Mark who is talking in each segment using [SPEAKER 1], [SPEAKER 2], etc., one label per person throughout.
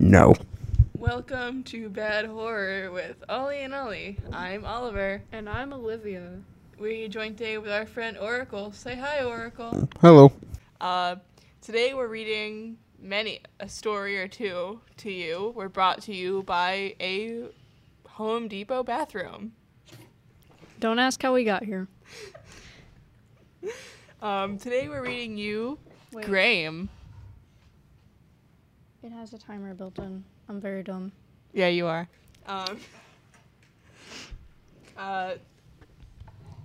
[SPEAKER 1] No.
[SPEAKER 2] Welcome to Bad Horror with Ollie and Ollie. I'm Oliver.
[SPEAKER 3] And I'm Olivia.
[SPEAKER 2] We joined today with our friend Oracle. Say hi, Oracle.
[SPEAKER 1] Hello.
[SPEAKER 2] Uh, today we're reading many a story or two to you. We're brought to you by a Home Depot bathroom.
[SPEAKER 3] Don't ask how we got here.
[SPEAKER 2] Um, today we're reading you
[SPEAKER 3] Wait,
[SPEAKER 2] Graham.
[SPEAKER 3] it has a timer built in. I'm very dumb.
[SPEAKER 2] Yeah, you are. Um, uh,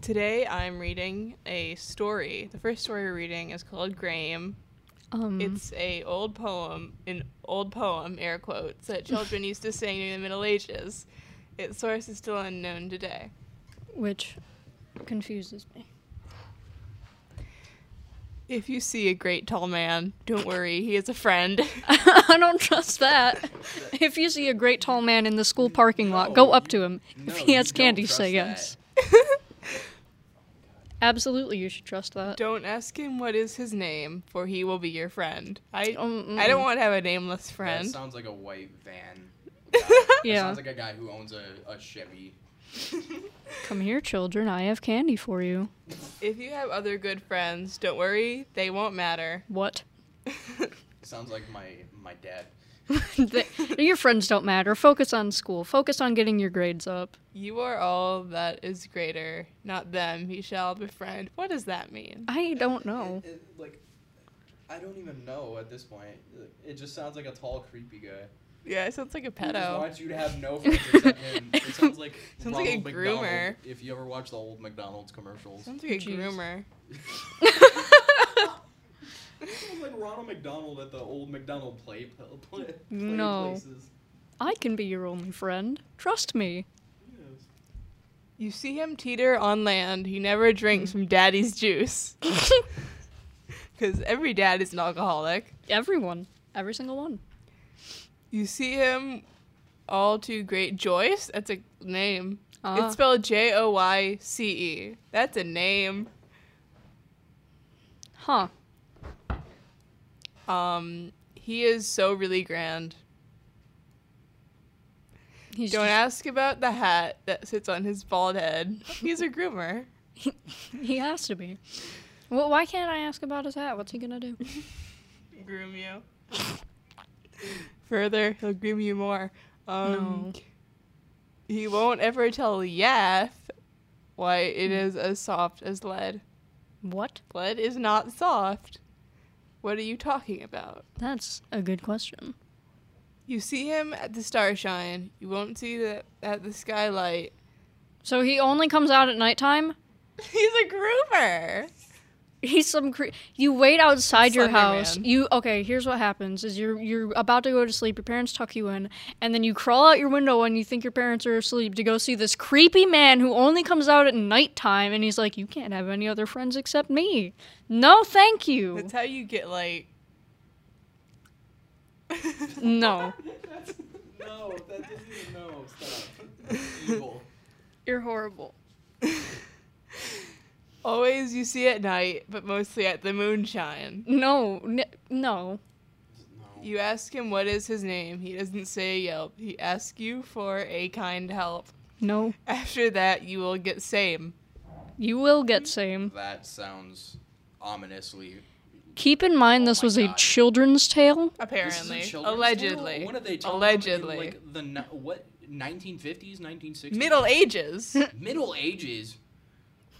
[SPEAKER 2] today I'm reading a story. The first story we're reading is called Graham.
[SPEAKER 3] Um,
[SPEAKER 2] It's a old poem, an old poem, air quotes, that children used to sing in the Middle Ages. Its source is still unknown today.
[SPEAKER 3] which confuses me.
[SPEAKER 2] If you see a great tall man, don't worry, he is a friend.
[SPEAKER 3] I don't trust that. If you see a great tall man in the school parking lot, go up to him.
[SPEAKER 4] no,
[SPEAKER 3] if he has
[SPEAKER 4] you don't
[SPEAKER 3] candy,
[SPEAKER 4] trust
[SPEAKER 3] say
[SPEAKER 4] that.
[SPEAKER 3] yes. Absolutely, you should trust that.
[SPEAKER 2] don't ask him what is his name, for he will be your friend. I
[SPEAKER 3] Um,
[SPEAKER 2] I
[SPEAKER 3] mm.
[SPEAKER 2] don't want to have a nameless
[SPEAKER 4] That
[SPEAKER 2] friend.
[SPEAKER 4] sounds like a white van. guy. That
[SPEAKER 3] Yeah.
[SPEAKER 4] sounds like a guy who owns a, a Chevy.
[SPEAKER 3] Come here, children. I have candy for you.
[SPEAKER 2] If you have other good friends, don't worry, they won't matter.
[SPEAKER 3] What?
[SPEAKER 4] Sounds like my my dad.
[SPEAKER 3] Th- your friends don't matter. Focus on school. Focus on getting your grades up.
[SPEAKER 2] You are all that is greater, not them. He shall befriend. What does that mean?
[SPEAKER 3] I don't know.
[SPEAKER 4] It, it- like, I don't even know at this point. Like, It just sounds like a tall, creepy guy.
[SPEAKER 2] Yeah, it sounds like a
[SPEAKER 4] He just
[SPEAKER 2] pedo.
[SPEAKER 4] wants you to have no friends except him. It sounds like
[SPEAKER 2] Sounds like a
[SPEAKER 4] Ronald McDonald,
[SPEAKER 2] groomer.
[SPEAKER 4] If you ever watch the old McDonald's commercials,
[SPEAKER 2] Sounds like a
[SPEAKER 3] Jeez.
[SPEAKER 2] groomer.
[SPEAKER 4] it sounds like Ronald McDonald at the old McDonald play, pl- play, play
[SPEAKER 3] No.
[SPEAKER 4] places.
[SPEAKER 3] I can be your only friend. Trust me.
[SPEAKER 4] Yes.
[SPEAKER 2] You see him teeter on land. He never drinks from daddy's juice. Because every dad is an alcoholic.
[SPEAKER 3] Everyone. Every single one.
[SPEAKER 2] You see him all too great. Joyce? That's a name.
[SPEAKER 3] Ah.
[SPEAKER 2] It's spelled J O Y C E. That's a name.
[SPEAKER 3] Huh.
[SPEAKER 2] Um, he is so really grand.
[SPEAKER 3] He's
[SPEAKER 2] Don't
[SPEAKER 3] just-
[SPEAKER 2] ask about the hat that sits on his bald head. He's a groomer.
[SPEAKER 3] He has to be. Well, why can't I ask about his hat? What's he gonna do?
[SPEAKER 2] Groom you. Further, he'll groom you more. Um,
[SPEAKER 3] No.
[SPEAKER 2] He won't ever tell Yath why it is as soft as lead.
[SPEAKER 3] What?
[SPEAKER 2] Lead is not soft. What are you talking about?
[SPEAKER 3] That's a good question.
[SPEAKER 2] You see him at the starshine. You won't see that at the skylight.
[SPEAKER 3] So he only comes out at nighttime.
[SPEAKER 2] He's a groomer.
[SPEAKER 3] He's some. Cre- you wait outside your
[SPEAKER 2] Slender
[SPEAKER 3] house.
[SPEAKER 2] Man.
[SPEAKER 3] You okay? Here's what happens: is you're you're about to go to sleep. Your parents tuck you in, and then you crawl out your window and you think your parents are asleep to go see this creepy man who only comes out at nighttime. And he's like, "You can't have any other friends except me. No, thank you.
[SPEAKER 2] That's how you get like.
[SPEAKER 3] no,
[SPEAKER 4] That's, no, that doesn't even no. Stop. That's evil.
[SPEAKER 3] you're horrible.
[SPEAKER 2] Always you see at night, but mostly at the moonshine.
[SPEAKER 3] No, n- no.
[SPEAKER 4] No.
[SPEAKER 2] You ask him what is his name. He doesn't say Yelp. He asks you for a kind help.
[SPEAKER 3] No,
[SPEAKER 2] After that, you will get same.
[SPEAKER 3] you will get same.
[SPEAKER 4] That sounds ominously.
[SPEAKER 3] Keep in mind
[SPEAKER 4] Oh
[SPEAKER 3] this
[SPEAKER 4] my
[SPEAKER 3] was a
[SPEAKER 4] God.
[SPEAKER 3] children's tale.
[SPEAKER 4] This is a
[SPEAKER 2] Apparently,
[SPEAKER 4] children's
[SPEAKER 2] allegedly,
[SPEAKER 4] Novel? What are they talking
[SPEAKER 2] allegedly,
[SPEAKER 4] About in, like the ni- what 1950s, 1960s,
[SPEAKER 2] Middle Ages.
[SPEAKER 4] Middle Ages.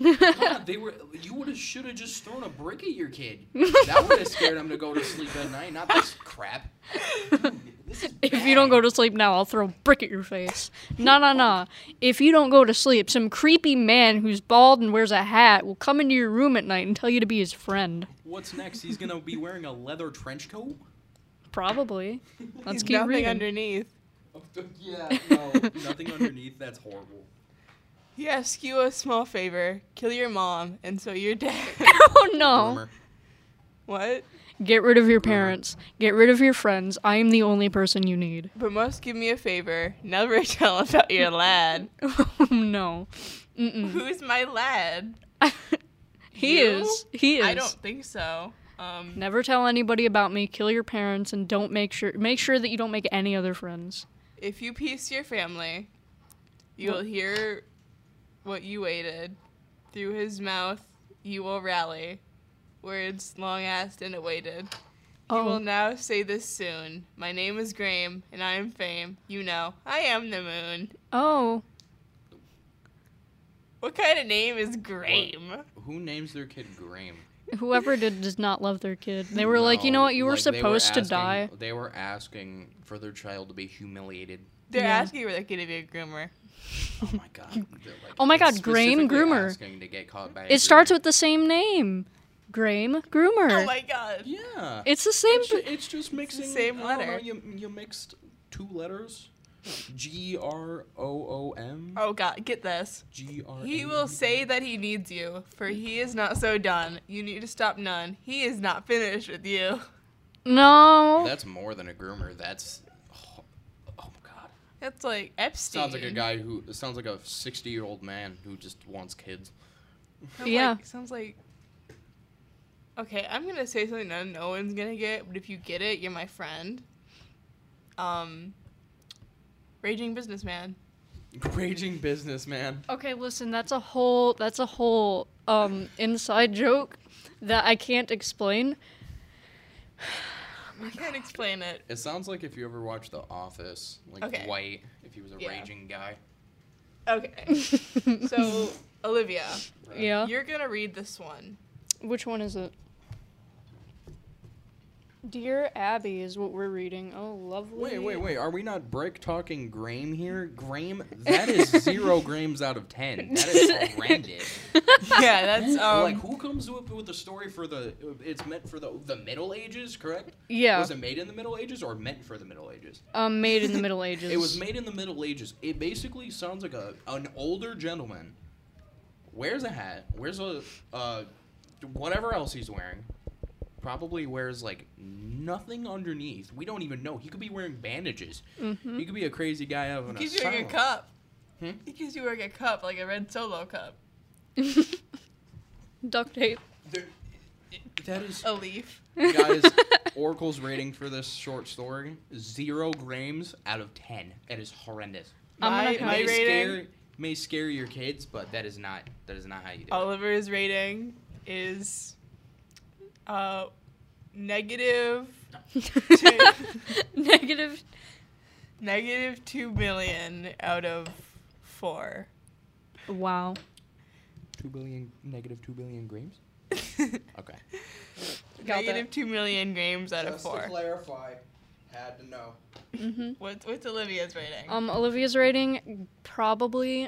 [SPEAKER 4] God, they were. You would have should have just thrown a brick at your kid. That would have scared him to go to sleep at night. Not this crap. This is
[SPEAKER 3] If you don't go to sleep now, I'll throw a brick at your face. Nah, nah, nah. If you don't go to sleep, some creepy man who's bald and wears a hat will come into your room at night and tell you to be his friend.
[SPEAKER 4] What's next? He's gonna be wearing a leather trench coat.
[SPEAKER 3] Probably. Let's
[SPEAKER 2] He's
[SPEAKER 3] keep
[SPEAKER 2] nothing
[SPEAKER 3] reading.
[SPEAKER 2] underneath.
[SPEAKER 4] yeah. No, nothing underneath. That's horrible.
[SPEAKER 2] He asks you a small favor: kill your mom, and so you're dead.
[SPEAKER 3] oh no.
[SPEAKER 4] Rumor.
[SPEAKER 2] what?
[SPEAKER 3] Get rid of your parents. Get rid of your friends. I am the only person you need.
[SPEAKER 2] But must give me a favor: never tell about your lad.
[SPEAKER 3] Oh, no. Mm-mm.
[SPEAKER 2] Who's my lad?
[SPEAKER 3] he
[SPEAKER 2] You?
[SPEAKER 3] is. He is.
[SPEAKER 2] I don't think so. Um,
[SPEAKER 3] Never tell anybody about me. Kill your parents and don't make sure make sure that you don't make any other friends.
[SPEAKER 2] if you piece your family, you'll hear what you waited. Through his mouth, you will rally. Words long asked and awaited. You
[SPEAKER 3] Oh.
[SPEAKER 2] will now say this soon. My name is Graham, and I am fame. You know, I am the moon.
[SPEAKER 3] Oh,
[SPEAKER 2] What kind of name is Graham?
[SPEAKER 4] Who names their kid Graham?
[SPEAKER 3] whoever did does not love their kid. They were like, you know
[SPEAKER 4] No,
[SPEAKER 3] what? You were
[SPEAKER 4] like, they
[SPEAKER 3] supposed to
[SPEAKER 4] asking-
[SPEAKER 3] die.
[SPEAKER 4] They were asking for their child to be humiliated.
[SPEAKER 2] They're
[SPEAKER 3] Yeah.
[SPEAKER 2] asking where they're going to be a groomer.
[SPEAKER 4] Oh my god. They're, like,
[SPEAKER 3] Oh my God,
[SPEAKER 4] specifically
[SPEAKER 3] Graham Groomer.
[SPEAKER 4] asking to get caught by a
[SPEAKER 3] It starts
[SPEAKER 4] groomer.
[SPEAKER 3] with the same name, Graham Groomer.
[SPEAKER 2] Oh my god.
[SPEAKER 4] Yeah.
[SPEAKER 3] it's the same.
[SPEAKER 4] It's, ju- it's just mixing.
[SPEAKER 2] same
[SPEAKER 4] I don't know,
[SPEAKER 2] letter.
[SPEAKER 4] you, you mixed two letters. G R O O M.
[SPEAKER 2] Oh god, get this.
[SPEAKER 4] G R.
[SPEAKER 2] He
[SPEAKER 4] A-
[SPEAKER 2] will say that he needs you, for he is not so done. You need to stop none. He is not finished with you.
[SPEAKER 3] no.
[SPEAKER 4] That's more than a groomer. That's. Oh, oh my god.
[SPEAKER 2] That's like Epstein.
[SPEAKER 4] Sounds like a guy who. It sounds like a 60 year old man who just wants kids.
[SPEAKER 2] Sounds
[SPEAKER 3] Yeah.
[SPEAKER 2] Like, sounds like. Okay, I'm gonna say something that no one's gonna get, but if you get it, you're my friend. Um. Raging businessman.
[SPEAKER 4] Raging businessman.
[SPEAKER 3] Okay, listen, that's a whole that's a whole um inside joke that I can't explain.
[SPEAKER 2] I can't explain it.
[SPEAKER 4] It sounds like if you ever watched The Office, like
[SPEAKER 2] Okay.
[SPEAKER 4] White, if he was a
[SPEAKER 2] Yeah.
[SPEAKER 4] raging guy.
[SPEAKER 2] Okay, so Olivia,
[SPEAKER 4] Right?
[SPEAKER 3] yeah.
[SPEAKER 2] you're gonna read this one.
[SPEAKER 3] Which one is it? Dear Abby is what we're reading. Oh, lovely.
[SPEAKER 4] Wait, wait, wait. Are we not brick talking Graham here? Graham, that is zero grams out of ten. That is horrendous.
[SPEAKER 2] yeah, that's um.
[SPEAKER 4] like who comes up with a story for the? It's meant for the the Middle Ages, correct?
[SPEAKER 3] Yeah.
[SPEAKER 4] Was it made in the Middle Ages or meant for the Middle Ages?
[SPEAKER 3] Um made in the Middle Ages.
[SPEAKER 4] It was made in the Middle Ages. It basically sounds like a an older gentleman wears a hat, wears a uh, whatever else he's wearing. Probably wears like nothing underneath. We don't even know. He could be wearing bandages.
[SPEAKER 3] Mm-hmm. Hmm?
[SPEAKER 4] He could be a crazy guy out of an
[SPEAKER 2] He gives you
[SPEAKER 4] asylum.
[SPEAKER 2] like a cup.
[SPEAKER 4] Hmm?
[SPEAKER 2] He gives you like a cup, like a red solo cup.
[SPEAKER 3] duct tape.
[SPEAKER 4] There- that is
[SPEAKER 3] Oh.
[SPEAKER 2] A leaf.
[SPEAKER 4] guys. Oracle's rating for this short story: zero grams out of ten. That is horrendous.
[SPEAKER 3] I'm
[SPEAKER 2] My,
[SPEAKER 3] gonna
[SPEAKER 2] my
[SPEAKER 4] may
[SPEAKER 2] rating.
[SPEAKER 4] scare may scare your kids, but that is not that is not how you do it.
[SPEAKER 2] Oliver's rating is uh negative
[SPEAKER 3] Negative
[SPEAKER 2] negative two million out of four.
[SPEAKER 3] Wow.
[SPEAKER 4] Two billion negative two billion grams. Okay.
[SPEAKER 3] Got
[SPEAKER 2] Negative two million games out of four.
[SPEAKER 4] clarify, had to know.
[SPEAKER 3] hmm
[SPEAKER 2] What's what's Olivia's rating?
[SPEAKER 3] Um Olivia's rating probably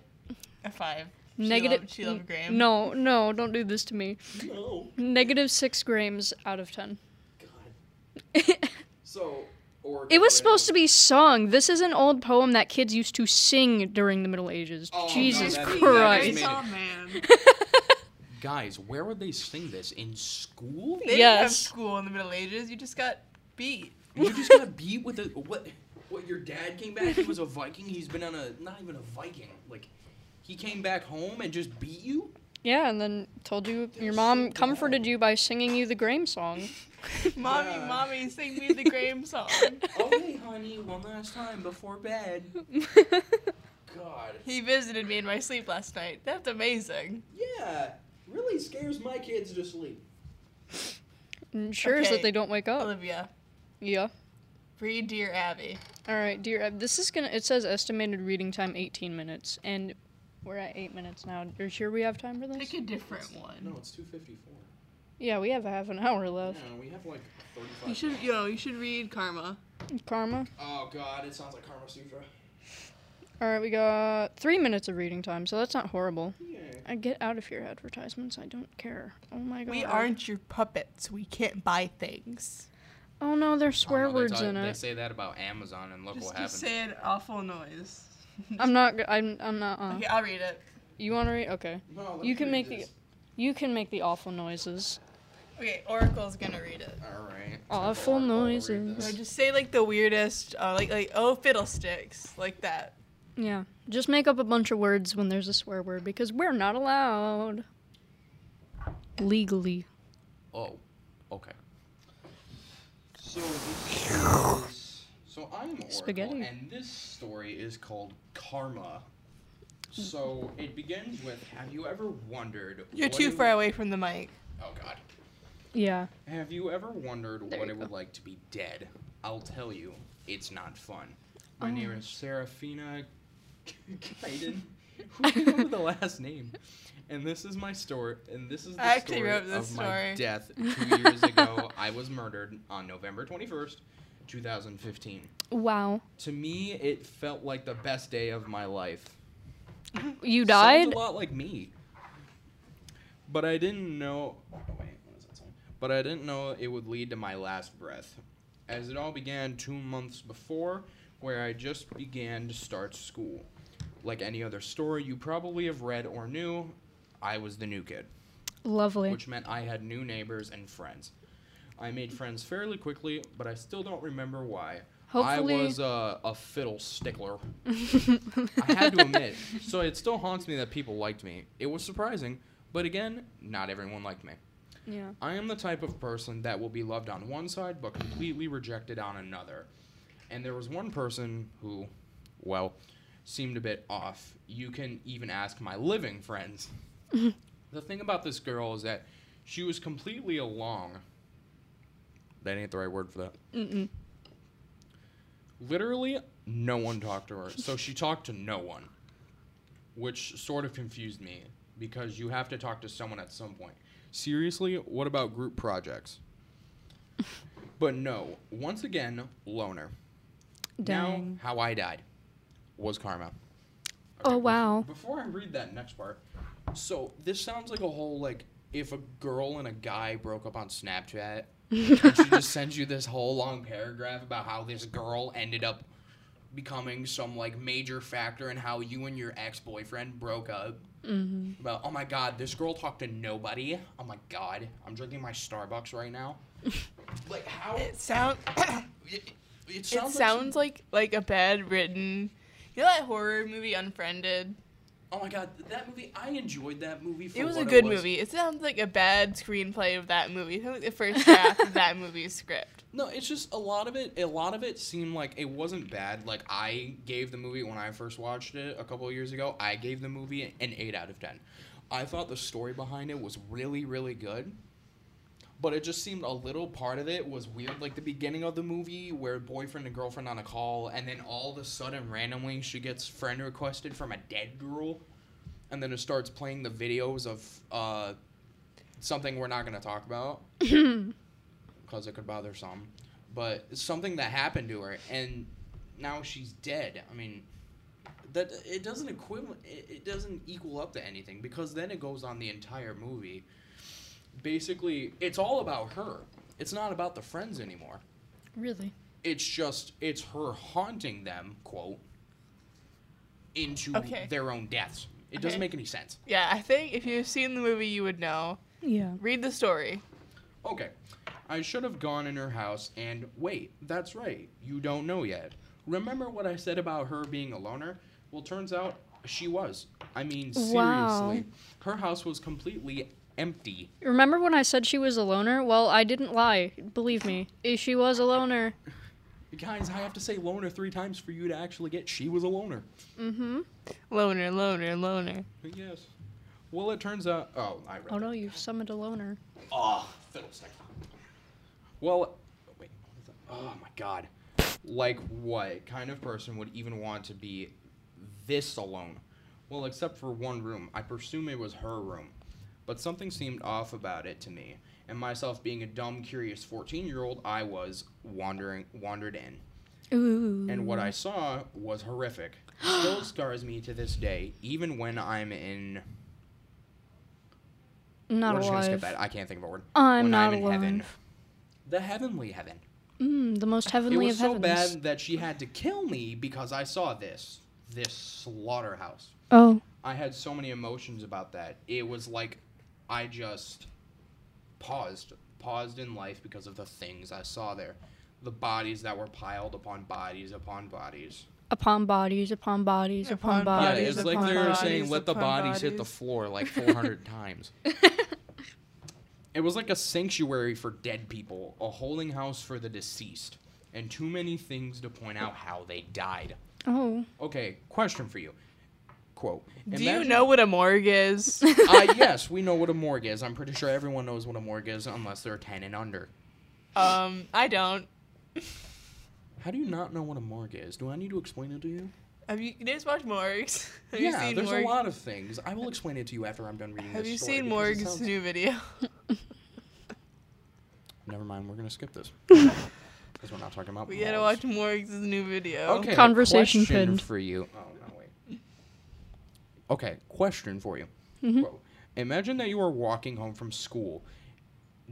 [SPEAKER 2] a five. She
[SPEAKER 3] negative
[SPEAKER 2] loved- she loved Graham.
[SPEAKER 3] No, no, don't do this to me.
[SPEAKER 4] No.
[SPEAKER 3] Negative 6 grams out of 10.
[SPEAKER 4] God. So. Or
[SPEAKER 3] It was supposed to be sung. This is an old poem that kids used to sing during the Middle Ages.
[SPEAKER 4] Oh, no,
[SPEAKER 3] Jesus
[SPEAKER 4] that- that
[SPEAKER 3] Christ.
[SPEAKER 4] just made it.
[SPEAKER 2] Oh man.
[SPEAKER 4] Guys, where would they sing this in school?
[SPEAKER 2] They didn't have
[SPEAKER 3] Yes.
[SPEAKER 2] school in the Middle Ages. You just got beat.
[SPEAKER 4] You just got beat with a what? What? Your dad came back. He was a Viking. He's been on a not even a Viking. Like, he came back home and just beat you.
[SPEAKER 3] yeah, and then told you
[SPEAKER 4] They're
[SPEAKER 3] your
[SPEAKER 4] so
[SPEAKER 3] mom
[SPEAKER 4] dumb.
[SPEAKER 3] comforted you by singing you the Graham song.
[SPEAKER 2] Mommy,
[SPEAKER 4] Yeah.
[SPEAKER 2] mommy, sing me the Graham song.
[SPEAKER 4] Okay, honey, one last time before bed. God.
[SPEAKER 2] He visited me in my sleep last night. That's amazing.
[SPEAKER 4] Yeah. Really scares my kids to sleep.
[SPEAKER 3] Ensures
[SPEAKER 2] Okay.
[SPEAKER 3] that they don't wake up.
[SPEAKER 2] Olivia,
[SPEAKER 3] Yeah.
[SPEAKER 2] read Dear Abby.
[SPEAKER 3] All right, dear. Ab- This is gonna. It says estimated reading time 18 minutes, and we're at eight minutes now. Are you sure we have time for this?
[SPEAKER 2] Pick a different one.
[SPEAKER 4] No, it's 2.54.
[SPEAKER 3] Yeah, we have half an hour
[SPEAKER 4] Yeah,
[SPEAKER 3] left.
[SPEAKER 4] we have like 35.
[SPEAKER 2] You should, you know, you should read Karma.
[SPEAKER 3] Karma.
[SPEAKER 4] Oh, God, it sounds like Karma Sutra.
[SPEAKER 3] All right, we got three minutes of reading time, so that's not horrible.
[SPEAKER 4] Yeah.
[SPEAKER 3] I get out of here, advertisements. I don't care. Oh my god.
[SPEAKER 2] We aren't your puppets. We can't buy things.
[SPEAKER 3] Oh no, there's swear words in
[SPEAKER 4] They
[SPEAKER 3] it.
[SPEAKER 4] say that about Amazon and look
[SPEAKER 2] Just,
[SPEAKER 4] what
[SPEAKER 2] just
[SPEAKER 4] happened.
[SPEAKER 2] say an awful noise.
[SPEAKER 3] I'm not. g- I'm. I'm not. Uh,
[SPEAKER 2] Okay, I'll read it.
[SPEAKER 3] You want to read? Okay.
[SPEAKER 4] No,
[SPEAKER 3] You can make the. You can make the awful noises.
[SPEAKER 2] Okay, Oracle's gonna read it.
[SPEAKER 4] Alright.
[SPEAKER 3] Awful noises.
[SPEAKER 2] Or just say like the weirdest, uh, like like oh fiddlesticks, like that.
[SPEAKER 3] Yeah. Just make up a bunch of words when there's a swear word because we're not allowed. Legally.
[SPEAKER 4] Oh, okay. So this is, so I'm Oracle,
[SPEAKER 3] Spaghetti.
[SPEAKER 4] and this story is called Karma. So it begins with Have you ever wondered?
[SPEAKER 2] You're
[SPEAKER 4] what
[SPEAKER 2] too
[SPEAKER 4] it
[SPEAKER 2] far
[SPEAKER 4] would-
[SPEAKER 2] away from the mic.
[SPEAKER 4] Oh God.
[SPEAKER 3] Yeah.
[SPEAKER 4] Have you ever wondered
[SPEAKER 3] There
[SPEAKER 4] what
[SPEAKER 3] you
[SPEAKER 4] it
[SPEAKER 3] go.
[SPEAKER 4] would like to be dead? I'll tell you, it's not fun.
[SPEAKER 2] Oh.
[SPEAKER 4] My name is Serafina Kaiden. Who came up with the last name? And this is my story. And this is the
[SPEAKER 2] I actually
[SPEAKER 4] story
[SPEAKER 2] wrote this
[SPEAKER 4] of my
[SPEAKER 2] story.
[SPEAKER 4] death two years ago. I was murdered on November twenty first, two thousand fifteen.
[SPEAKER 3] Wow.
[SPEAKER 4] To me, it felt like the best day of my life.
[SPEAKER 3] You
[SPEAKER 4] Sounds
[SPEAKER 3] died?
[SPEAKER 4] a lot like me. But I didn't know. oh, wait, what is that song? But I didn't know it would lead to my last breath. As it all began two months before, where I just began to start school. Like any other story you probably have read or knew, I was the new kid
[SPEAKER 3] Lovely.
[SPEAKER 4] which meant I had new neighbors and friends. I made friends fairly quickly, but I still don't remember why. I
[SPEAKER 3] Hopefully-
[SPEAKER 4] was a, a fiddle stickler. I had to admit. So it still haunts me that people liked me. It was surprising, but again, not everyone liked me.
[SPEAKER 3] Yeah.
[SPEAKER 4] I am the type of person that will be loved on one side but completely rejected on another. And there was one person who, well, seemed a bit off. You can even ask my living friends. the thing about this girl is that she was completely along. That ain't the right word for that.
[SPEAKER 3] Mm-mm.
[SPEAKER 4] Literally, no one talked to her. So she talked to no one, which sort of confused me because you have to talk to someone at some point. Seriously, what about group projects? But no, once again, loner.
[SPEAKER 3] Dang.
[SPEAKER 4] Now, how I died was karma.
[SPEAKER 3] Oh,
[SPEAKER 4] before-
[SPEAKER 3] wow.
[SPEAKER 4] Before I read that next part, so this sounds like a whole like if a girl and a guy broke up on Snapchat, and she just sends you this whole long paragraph about how this girl ended up becoming some like major factor in how you and your ex boyfriend broke up. Mm-hmm. About oh my god, this girl talked to nobody. Oh my god, I'm drinking my Starbucks right now. like how
[SPEAKER 2] It sounds.
[SPEAKER 4] it, it
[SPEAKER 2] It
[SPEAKER 4] sounds. like she-
[SPEAKER 2] sounds like like a bad written. You know that horror movie Unfriended?
[SPEAKER 4] oh my god, that movie. I enjoyed that movie. For
[SPEAKER 2] It was a
[SPEAKER 4] what
[SPEAKER 2] good
[SPEAKER 4] was.
[SPEAKER 2] movie. It sounds like a bad screenplay of that movie. It sounds like the first draft of that movie's script.
[SPEAKER 4] No, it's just a lot of it. A lot of it seemed like it wasn't bad. Like I gave the movie when I first watched it a couple of years ago. I gave the movie an eight out of ten. I thought the story behind it was really, really good. But it just seemed a little part of it was weird, like the beginning of the movie where boyfriend and girlfriend on a call, and then all of a sudden, randomly, she gets friend requested from a dead girl, and then it starts playing the videos of uh, something we're not gonna talk about because it could bother some, but something that happened to her, and now she's dead. I mean, that it doesn't equivalent, it, it doesn't equal up to anything because then it goes on the entire movie. Basically, it's all about her. It's not about the friends anymore.
[SPEAKER 3] Really?
[SPEAKER 4] It's just it's her haunting them, quote, into
[SPEAKER 2] Okay.
[SPEAKER 4] their own deaths. It doesn't
[SPEAKER 2] Okay.
[SPEAKER 4] make any sense.
[SPEAKER 2] Yeah, I think if you've seen the movie, you would know.
[SPEAKER 3] Yeah.
[SPEAKER 2] Read the story.
[SPEAKER 4] Okay. I should have gone in her house and wait, that's right. You don't know yet. Remember what I said about her being a loner? Well, turns out she was. I mean, seriously.
[SPEAKER 3] Wow.
[SPEAKER 4] Her house was completely empty.
[SPEAKER 3] Remember when I said she was a loner? Well, I didn't lie. Believe me. Eh, She was a loner.
[SPEAKER 4] Guys, I have to say loner three times for you to actually get she was a loner.
[SPEAKER 3] Mm-hmm.
[SPEAKER 2] Loner, loner, loner.
[SPEAKER 4] Yes. Well, it turns out. Oh, I read.
[SPEAKER 3] Oh
[SPEAKER 4] that.
[SPEAKER 3] no, you summoned a loner.
[SPEAKER 4] Oh, fiddlestick. Well, wait. what is that? Oh my god. Like what kind of person would even want to be this alone? Well, except for one room. I presume it was her room. But something seemed off about it to me. And myself being a dumb, curious 14-year-old, I was wandering wandered in.
[SPEAKER 3] Ooh.
[SPEAKER 4] And what I saw was horrific. Still scars me to this day, even when I'm in
[SPEAKER 3] Not
[SPEAKER 4] We're just gonna skip
[SPEAKER 3] alive.
[SPEAKER 4] that. I can't think of a word.
[SPEAKER 3] I'm not
[SPEAKER 4] in heaven.
[SPEAKER 3] alive.
[SPEAKER 4] The heavenly heaven.
[SPEAKER 3] Mm, the most heavenly
[SPEAKER 4] it was
[SPEAKER 3] of heavens.
[SPEAKER 4] so bad that she had to kill me because I saw this. This slaughterhouse.
[SPEAKER 3] Oh.
[SPEAKER 4] I had so many emotions about that. It was like I just paused. Paused in life because of the things I saw there. The bodies that were piled upon bodies upon bodies.
[SPEAKER 3] Upon bodies, upon bodies, upon,
[SPEAKER 2] Upon
[SPEAKER 3] bodies.
[SPEAKER 2] bodies,
[SPEAKER 3] upon
[SPEAKER 2] like they were
[SPEAKER 3] bodies.
[SPEAKER 2] saying- bodies upon bodies.
[SPEAKER 4] floor like 400 times. It was like a sanctuary for dead people, a holding house for the deceased, and too many things to point out how they died.
[SPEAKER 3] Oh.
[SPEAKER 4] Okay, question for you. Quote.
[SPEAKER 2] Do you
[SPEAKER 4] "Imagine-
[SPEAKER 2] know what a morgue is?
[SPEAKER 4] uh, yes, we know what a morgue is. I'm pretty sure everyone knows what a morgue is, unless they're ten and under.
[SPEAKER 2] um, I don't.
[SPEAKER 4] How do you not know what a morgue is? Do I need to explain it to you?
[SPEAKER 2] Have you, you guys watched Morgues? Have you
[SPEAKER 4] yeah,
[SPEAKER 2] seen
[SPEAKER 4] there's
[SPEAKER 2] Morgue-
[SPEAKER 4] a lot of things. I will explain it to you after I'm done reading
[SPEAKER 2] Have
[SPEAKER 4] this
[SPEAKER 2] you
[SPEAKER 4] story
[SPEAKER 2] seen
[SPEAKER 4] because it
[SPEAKER 2] Morgue's
[SPEAKER 4] sounds-
[SPEAKER 2] new video?
[SPEAKER 4] Never mind, we're gonna skip this because we're not talking about.
[SPEAKER 2] We gotta watch
[SPEAKER 4] morgues.
[SPEAKER 2] Morgue's new video.
[SPEAKER 4] Okay.
[SPEAKER 3] Conversation
[SPEAKER 4] question
[SPEAKER 3] pinned.
[SPEAKER 4] for you. Oh no, wait. Okay, question for you.
[SPEAKER 3] Mm-hmm.
[SPEAKER 4] Quote, Imagine that you are walking home from school.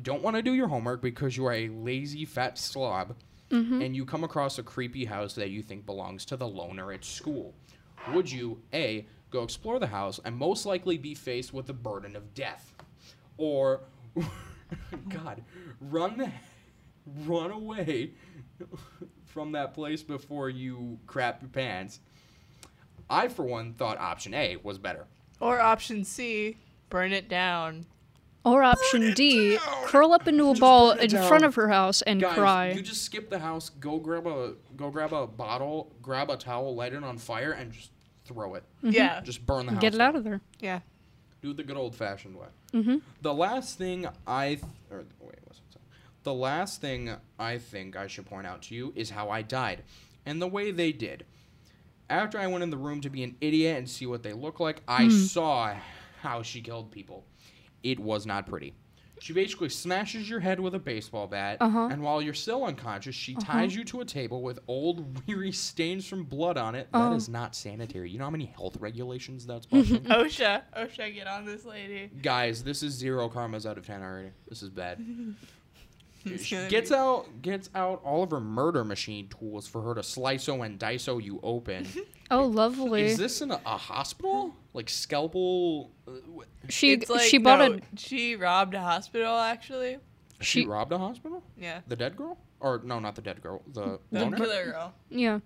[SPEAKER 4] Don't want to do your homework because you are a lazy fat slob,
[SPEAKER 3] Mm-hmm.
[SPEAKER 4] and you come across a creepy house that you think belongs to the loner at school. Would you a go explore the house and most likely be faced with the burden of death, or God, run the run away from that place before you crap your pants. I, for one, thought option A was better.
[SPEAKER 2] Or option C, burn it down.
[SPEAKER 3] Or option D, curl up into a ball
[SPEAKER 4] burn it
[SPEAKER 3] in
[SPEAKER 4] down.
[SPEAKER 3] front of her house and
[SPEAKER 4] Guys,
[SPEAKER 3] cry.
[SPEAKER 4] you just skip the house, go grab a go grab a bottle, grab a towel, light it on fire, and just throw it.
[SPEAKER 2] Yeah.
[SPEAKER 4] Just burn the house.
[SPEAKER 3] Get it out of there.
[SPEAKER 2] Mm-hmm. Yeah.
[SPEAKER 4] Do it the good old fashioned way. The last thing I th- or wait, what's it? say? The last thing I think I should point out to you is how I died, and the way they did. After I went in the room to be an idiot and see what they look like, I saw how she killed people. It was not pretty. She basically smashes your head with a baseball bat,
[SPEAKER 3] Uh-huh.
[SPEAKER 4] and while you're still unconscious, she ties you to a table with old, weary stains from blood on it. That is
[SPEAKER 3] Um.
[SPEAKER 4] not sanitary. You know how many health regulations that's bumping?
[SPEAKER 2] OSHA. OSHA, get on this lady.
[SPEAKER 4] Guys, this is zero karmas out of ten already. This is bad.
[SPEAKER 2] It's
[SPEAKER 4] she
[SPEAKER 2] gonna
[SPEAKER 4] gets
[SPEAKER 2] be-
[SPEAKER 4] out gets out all of her murder machine tools for her to slice-o and dice-o you open.
[SPEAKER 3] Oh, lovely.
[SPEAKER 4] is this in a, a hospital? Like scalpel? uh, wh-
[SPEAKER 3] she
[SPEAKER 2] It's like,
[SPEAKER 3] she bought
[SPEAKER 2] no,
[SPEAKER 3] a
[SPEAKER 2] She robbed a hospital, actually.
[SPEAKER 4] She,
[SPEAKER 3] She-
[SPEAKER 4] robbed a hospital?
[SPEAKER 2] Yeah.
[SPEAKER 4] The dead girl? Or no, not the dead girl. The
[SPEAKER 2] The
[SPEAKER 4] loner?
[SPEAKER 2] killer girl.
[SPEAKER 3] yeah.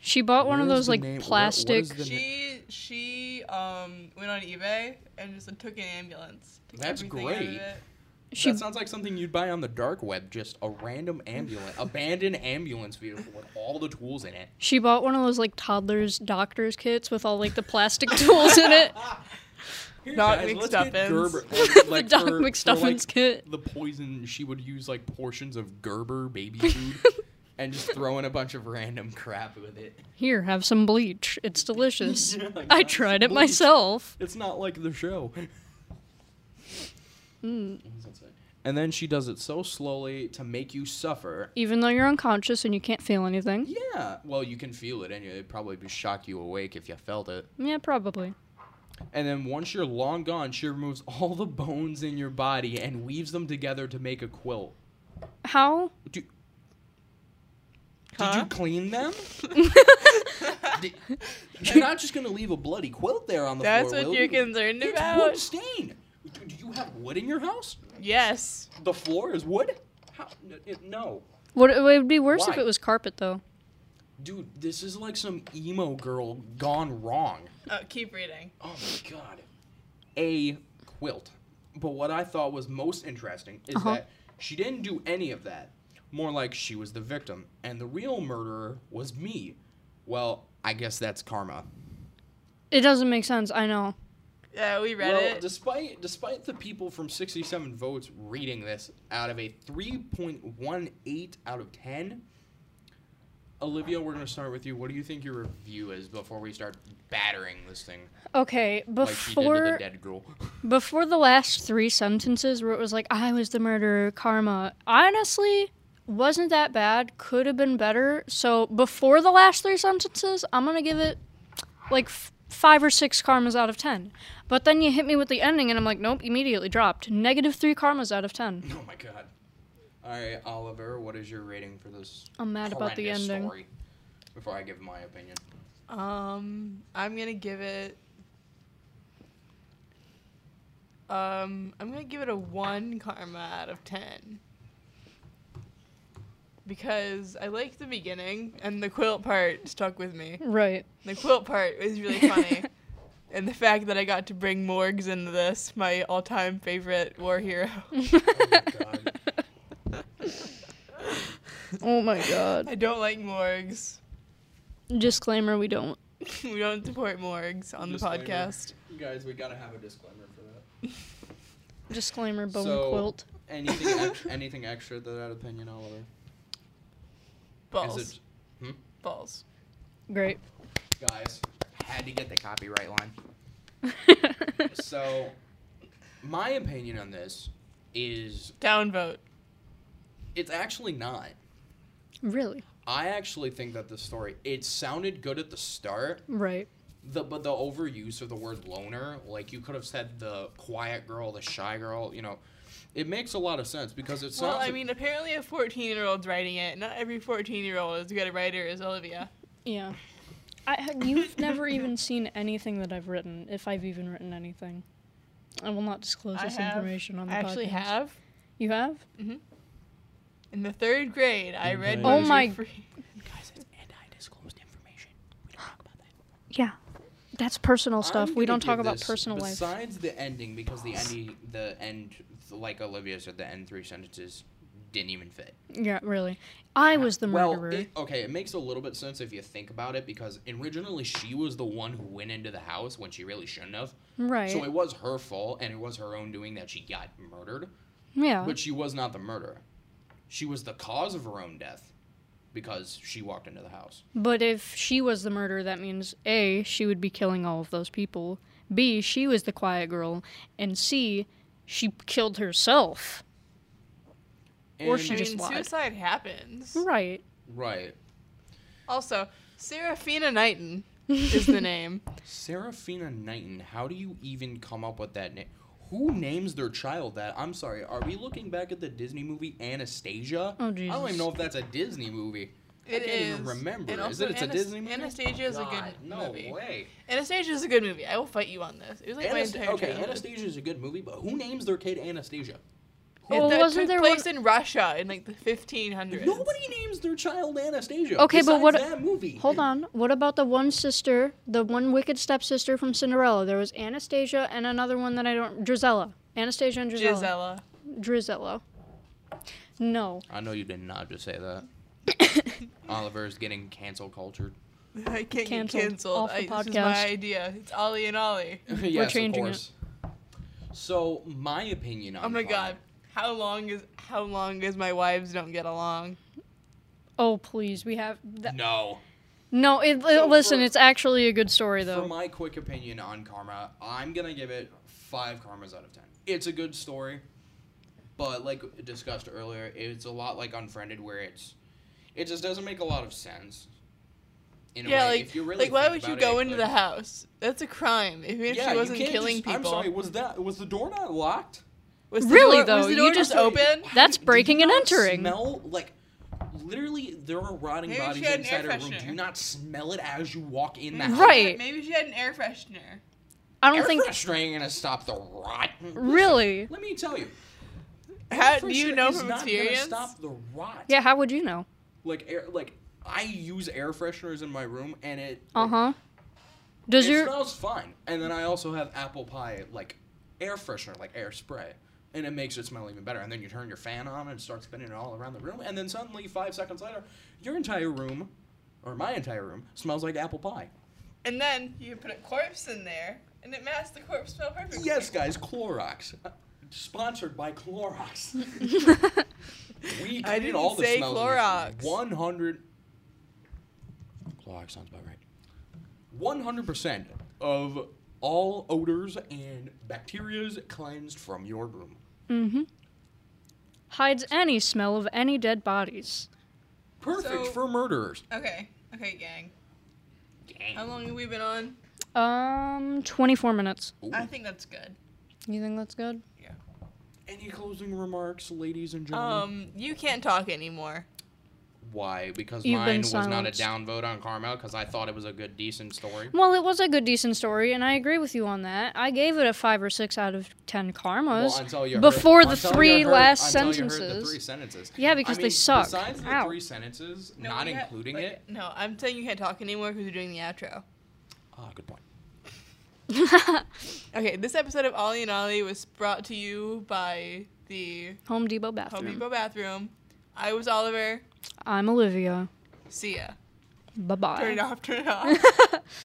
[SPEAKER 3] She bought one of
[SPEAKER 4] Where's
[SPEAKER 3] those
[SPEAKER 4] the
[SPEAKER 3] like
[SPEAKER 4] name- where- what
[SPEAKER 3] plastic.
[SPEAKER 4] is the-
[SPEAKER 2] She she um went on eBay and just took an ambulance. Took
[SPEAKER 4] That's
[SPEAKER 2] everything out of
[SPEAKER 4] great.
[SPEAKER 2] it.
[SPEAKER 3] she
[SPEAKER 4] that sounds like something you'd buy on the dark web. Just a random ambulance, abandoned ambulance vehicle with all the tools in it.
[SPEAKER 3] she bought one of those like toddlers doctors kits with all like the plastic tools in it.
[SPEAKER 4] Here,
[SPEAKER 2] Dog
[SPEAKER 4] guys, let's
[SPEAKER 2] McStuffins.
[SPEAKER 4] get Gerber-
[SPEAKER 3] The
[SPEAKER 4] like- like
[SPEAKER 3] Doc
[SPEAKER 4] for- for, like,
[SPEAKER 3] McStuffins kit.
[SPEAKER 4] the poison she would use like portions of Gerber baby food and just throw in a bunch of random crap with it.
[SPEAKER 3] Here, have some bleach. It's delicious.
[SPEAKER 4] Yeah, like,
[SPEAKER 3] I
[SPEAKER 4] have
[SPEAKER 3] tried
[SPEAKER 4] some
[SPEAKER 3] it
[SPEAKER 4] bleach.
[SPEAKER 3] myself.
[SPEAKER 4] It's not like the show.
[SPEAKER 3] Mm.
[SPEAKER 4] What does that say? And then she does it so slowly to make you suffer.
[SPEAKER 3] Even though you're unconscious and you can't feel anything.
[SPEAKER 4] Yeah, well, you can feel it, and it'd probably be shock you awake if you felt it.
[SPEAKER 3] Yeah, probably.
[SPEAKER 4] And then once you're long gone, she removes all the bones in your body and weaves them together to make a quilt.
[SPEAKER 3] How?
[SPEAKER 4] Do, Did
[SPEAKER 2] Huh?
[SPEAKER 4] you clean them? Did- you're not just gonna leave a bloody quilt there on the
[SPEAKER 2] That's
[SPEAKER 4] floor.
[SPEAKER 2] what
[SPEAKER 4] will
[SPEAKER 2] you're
[SPEAKER 4] you?
[SPEAKER 2] concerned
[SPEAKER 4] It's
[SPEAKER 2] about?
[SPEAKER 4] wood stain. Do, do you have wood in your house?
[SPEAKER 2] Yes.
[SPEAKER 4] The floor is wood. How? n- n- No,
[SPEAKER 3] What it would be worse if
[SPEAKER 4] Why?
[SPEAKER 3] it was carpet though.
[SPEAKER 4] dude, this is like some emo girl gone wrong.
[SPEAKER 2] Oh, keep reading.
[SPEAKER 4] Oh my god. A quilt. But what I thought was most interesting is
[SPEAKER 3] Uh-huh.
[SPEAKER 4] that she didn't do any of that. More like she was the victim, and the real murderer was me. Well, I guess that's karma.
[SPEAKER 3] It doesn't make sense. I know.
[SPEAKER 2] Yeah, we read
[SPEAKER 4] Well,
[SPEAKER 2] it.
[SPEAKER 4] despite despite the people from 67 votes reading this out of a 3.18 out of 10, Olivia, we're gonna start with you. What do you think your review is before we start battering this thing
[SPEAKER 3] Okay,
[SPEAKER 4] like she did to the
[SPEAKER 3] before
[SPEAKER 4] dead girl?
[SPEAKER 3] before the last three sentences where it was like I was the murderer, karma. Honestly, wasn't that bad. Could have been better. So before the last three sentences, I'm gonna give it like f- five or six karmas out of ten. But then you hit me with the ending, and I'm like, nope, immediately dropped. Negative three karmas out of ten.
[SPEAKER 4] Oh my god. All right, Oliver, what is your rating for this?
[SPEAKER 3] I'm mad about the
[SPEAKER 4] horrendous
[SPEAKER 3] ending.
[SPEAKER 4] Story before I give my opinion,
[SPEAKER 2] Um, I'm gonna give it. Um, I'm gonna give it a one karma out of ten. Because I liked the beginning and the quilt part stuck with me.
[SPEAKER 3] Right.
[SPEAKER 2] The quilt part was really funny. And the fact that I got to bring Morgs into this, my all time favorite war hero.
[SPEAKER 3] oh my god.
[SPEAKER 2] I don't like Morgs.
[SPEAKER 3] Disclaimer we don't.
[SPEAKER 2] we don't support Morgs on
[SPEAKER 4] Disclaimer.
[SPEAKER 2] the podcast.
[SPEAKER 4] Guys, we gotta have a disclaimer for that.
[SPEAKER 3] Disclaimer bone
[SPEAKER 4] So-
[SPEAKER 3] quilt.
[SPEAKER 4] Anything, ex- anything extra to that opinion, Oliver?
[SPEAKER 2] Balls.
[SPEAKER 4] Is
[SPEAKER 2] Balls.
[SPEAKER 3] Great.
[SPEAKER 4] it, guys, had to get the copyright line. So, my opinion on this is
[SPEAKER 2] Downvote.
[SPEAKER 4] it's actually not.
[SPEAKER 3] really?
[SPEAKER 4] I actually think that the story it sounded good at the start,
[SPEAKER 3] Right.
[SPEAKER 4] the but the overuse of the word loner, like you could have said the quiet girl, the shy girl, you know, it makes a lot of sense because it sounds.
[SPEAKER 2] Well, I
[SPEAKER 4] like-
[SPEAKER 2] mean, apparently a 14 year old's writing it. Not every 14 year old is good a writer as Olivia.
[SPEAKER 3] Yeah. I you've never even seen anything that I've written, if I've even written anything. I will not disclose
[SPEAKER 2] I
[SPEAKER 3] this
[SPEAKER 2] have.
[SPEAKER 3] information on the
[SPEAKER 2] I
[SPEAKER 3] podcast.
[SPEAKER 2] actually have.
[SPEAKER 3] You have?
[SPEAKER 2] In the third grade, I read.
[SPEAKER 4] Okay.
[SPEAKER 3] Oh
[SPEAKER 2] Rosie
[SPEAKER 3] my-
[SPEAKER 2] Free-
[SPEAKER 4] guys, it's anti-disclosed information. We don't talk about that.
[SPEAKER 3] Yeah. That's personal stuff.
[SPEAKER 4] I'm
[SPEAKER 3] We
[SPEAKER 4] gonna
[SPEAKER 3] don't talk
[SPEAKER 4] give
[SPEAKER 3] about
[SPEAKER 4] this-
[SPEAKER 3] personal life.
[SPEAKER 4] Besides the ending, because the ending, the end, like Olivia said, the end three sentences didn't even fit.
[SPEAKER 3] Yeah, really. I was the
[SPEAKER 4] Well,
[SPEAKER 3] murderer.
[SPEAKER 4] it- okay, it makes a little bit sense if you think about it because originally she was the one who went into the house when she really shouldn't have.
[SPEAKER 3] right.
[SPEAKER 4] So it was her fault and it was her own doing that she got murdered.
[SPEAKER 3] yeah.
[SPEAKER 4] But she was not the murderer. She was the cause of her own death because she walked into the house.
[SPEAKER 3] But if she was the murderer, that means A, she would be killing all of those people. B, she was the quiet girl. And C, she killed herself. Or
[SPEAKER 4] And-
[SPEAKER 3] she
[SPEAKER 2] I
[SPEAKER 3] just
[SPEAKER 2] mean,
[SPEAKER 3] lied.
[SPEAKER 2] suicide happens.
[SPEAKER 3] Right.
[SPEAKER 4] right.
[SPEAKER 2] Also, Serafina Knighton is the name.
[SPEAKER 4] Serafina Knighton, how do you even come up with that name? Who names their child that? I'm sorry, are we looking back at the Disney movie Anastasia?
[SPEAKER 3] Oh,
[SPEAKER 4] I don't
[SPEAKER 3] Jesus.
[SPEAKER 4] even know if that's a Disney movie.
[SPEAKER 2] It is.
[SPEAKER 4] I can't even remember.
[SPEAKER 2] And
[SPEAKER 4] Is it?
[SPEAKER 2] also
[SPEAKER 4] It's a
[SPEAKER 2] Anas-
[SPEAKER 4] Disney movie?
[SPEAKER 2] Anastasia is
[SPEAKER 4] God,
[SPEAKER 2] a good
[SPEAKER 4] no
[SPEAKER 2] movie.
[SPEAKER 4] way.
[SPEAKER 2] Anastasia is a good movie. I will fight you on this. It was like
[SPEAKER 4] Anast-
[SPEAKER 2] my entire
[SPEAKER 4] okay,
[SPEAKER 2] childhood.
[SPEAKER 4] Anastasia is a good movie, but who names their kid Anastasia?
[SPEAKER 2] It-
[SPEAKER 3] Well,
[SPEAKER 2] that
[SPEAKER 3] Oh,
[SPEAKER 2] took
[SPEAKER 3] wasn't there
[SPEAKER 2] place in Russia in like the 1500s.
[SPEAKER 4] Nobody names their child Anastasia.
[SPEAKER 3] Okay, but
[SPEAKER 4] besides
[SPEAKER 3] what-
[SPEAKER 4] that movie?
[SPEAKER 3] Hold on. What about the one sister, the one wicked stepsister from Cinderella? There was Anastasia and another one that I don't. Drizella. Anastasia and Drizella.
[SPEAKER 2] Gisella.
[SPEAKER 3] Drizella. No.
[SPEAKER 4] I know you did not just say that. Oliver's getting cancel cultured.
[SPEAKER 2] I can't
[SPEAKER 3] Canceled.
[SPEAKER 2] get canceled.
[SPEAKER 3] Off
[SPEAKER 2] I,
[SPEAKER 3] the
[SPEAKER 2] This is
[SPEAKER 3] podcast.
[SPEAKER 2] my idea. It's Ollie and Ollie.
[SPEAKER 4] yes,
[SPEAKER 3] changing it.
[SPEAKER 4] of course. So my opinion on
[SPEAKER 2] Oh my
[SPEAKER 4] Vine-
[SPEAKER 2] god. How long is how long is my wives don't get along?
[SPEAKER 3] Oh, please. We have. Th-
[SPEAKER 4] No.
[SPEAKER 3] no, it,
[SPEAKER 4] Mm. So
[SPEAKER 3] listen,
[SPEAKER 4] for-
[SPEAKER 3] it's actually a good story,
[SPEAKER 4] For
[SPEAKER 3] though.
[SPEAKER 4] my quick opinion on Karma, I'm gonna give it five Karmas out of ten. It's a good story, but like discussed earlier, it's a lot like Unfriended, where it's it just doesn't make a lot of sense. In
[SPEAKER 2] yeah,
[SPEAKER 4] way,
[SPEAKER 2] like,
[SPEAKER 4] if you really
[SPEAKER 2] like why
[SPEAKER 4] think
[SPEAKER 2] would you
[SPEAKER 4] about
[SPEAKER 2] go
[SPEAKER 4] it,
[SPEAKER 2] into
[SPEAKER 4] like-
[SPEAKER 2] the house? That's a crime. Even if
[SPEAKER 4] Yeah,
[SPEAKER 2] she
[SPEAKER 4] you
[SPEAKER 2] wasn't
[SPEAKER 4] can't
[SPEAKER 2] killing
[SPEAKER 4] just-
[SPEAKER 2] people.
[SPEAKER 4] I'm sorry, was that was the door not locked?
[SPEAKER 2] Was the
[SPEAKER 3] Really,
[SPEAKER 2] door-
[SPEAKER 3] though,
[SPEAKER 2] was the
[SPEAKER 3] you
[SPEAKER 2] door
[SPEAKER 3] just-
[SPEAKER 2] just open?
[SPEAKER 3] That's
[SPEAKER 4] Do you
[SPEAKER 3] breaking and
[SPEAKER 4] not
[SPEAKER 3] entering.
[SPEAKER 4] Smell like literally there are rotting
[SPEAKER 2] Maybe
[SPEAKER 4] bodies
[SPEAKER 2] she had an
[SPEAKER 4] inside
[SPEAKER 2] air
[SPEAKER 4] her room. Do
[SPEAKER 2] freshener.
[SPEAKER 4] you not smell it as you walk in the
[SPEAKER 2] Maybe
[SPEAKER 4] house?
[SPEAKER 2] she had-
[SPEAKER 3] Right.
[SPEAKER 2] Maybe she had an air freshener.
[SPEAKER 3] I
[SPEAKER 4] Air
[SPEAKER 3] don't think.
[SPEAKER 4] freshener ain't gonna stop the rot.
[SPEAKER 3] Really?
[SPEAKER 4] Let me tell you.
[SPEAKER 2] How do
[SPEAKER 4] Fresh
[SPEAKER 2] you
[SPEAKER 4] air
[SPEAKER 2] know
[SPEAKER 4] is
[SPEAKER 2] from
[SPEAKER 4] not gonna
[SPEAKER 2] experience?
[SPEAKER 4] Stop the rot.
[SPEAKER 3] Yeah, how would you know?
[SPEAKER 4] Like air, like I use air fresheners in my room, and it
[SPEAKER 3] Uh huh.
[SPEAKER 4] It
[SPEAKER 3] Does your
[SPEAKER 4] smells fine. And then I also have apple pie like air freshener, like air spray, and it makes it smell even better. And then you turn your fan on and start spinning it all around the room, and then suddenly five seconds later, your entire room, or my entire room, smells like apple pie.
[SPEAKER 2] And then you put a corpse in there, and it matched the corpse smell perfectly.
[SPEAKER 4] Yes, guys, Clorox. Sponsored by Clorox. we
[SPEAKER 2] I
[SPEAKER 4] clean
[SPEAKER 2] didn't
[SPEAKER 4] all the
[SPEAKER 2] say
[SPEAKER 4] smells.
[SPEAKER 2] Clorox.
[SPEAKER 4] One hundred. Clorox sounds about right. One hundred percent of all odors and bacterias cleansed from your room.
[SPEAKER 3] mm-hmm. hides any smell of any dead bodies?
[SPEAKER 4] Perfect
[SPEAKER 2] So-
[SPEAKER 4] for murderers.
[SPEAKER 2] Okay. Okay, gang. How long have we been on?
[SPEAKER 3] Um, 24 minutes.
[SPEAKER 4] Ooh.
[SPEAKER 2] I think that's good.
[SPEAKER 3] You think that's good?
[SPEAKER 2] Yeah.
[SPEAKER 4] Any closing remarks, ladies and gentlemen?
[SPEAKER 2] Um, you can't talk anymore.
[SPEAKER 4] Why? Because
[SPEAKER 3] You've been
[SPEAKER 4] mine was not a
[SPEAKER 3] silenced.
[SPEAKER 4] downvote on Carmel because I thought it was a good, decent story.
[SPEAKER 3] Well, it was a good, decent story, and I agree with you on that. I gave it a five or six out of ten karmas
[SPEAKER 4] Well, until you
[SPEAKER 3] before
[SPEAKER 4] heard,
[SPEAKER 3] the
[SPEAKER 4] until you
[SPEAKER 3] three
[SPEAKER 4] heard-
[SPEAKER 3] last
[SPEAKER 4] until you heard
[SPEAKER 3] sentences.
[SPEAKER 4] the three sentences.
[SPEAKER 3] Yeah, because
[SPEAKER 4] I
[SPEAKER 3] they
[SPEAKER 4] mean,
[SPEAKER 3] suck.
[SPEAKER 4] Besides the
[SPEAKER 3] Ow.
[SPEAKER 4] three sentences, not
[SPEAKER 2] we ha-
[SPEAKER 4] including
[SPEAKER 2] like,
[SPEAKER 4] it.
[SPEAKER 2] No, I'm saying you can't talk anymore because you're doing the outro.
[SPEAKER 4] Ah, good point.
[SPEAKER 2] Okay, this episode of Ollie and Ollie was brought to you by the
[SPEAKER 3] Home Depot
[SPEAKER 2] Home
[SPEAKER 3] bathroom.
[SPEAKER 2] Depot bathroom. I was Oliver.
[SPEAKER 3] I'm Olivia.
[SPEAKER 2] See ya.
[SPEAKER 3] Bye
[SPEAKER 2] Turn it
[SPEAKER 3] bye.
[SPEAKER 2] off, turn it off.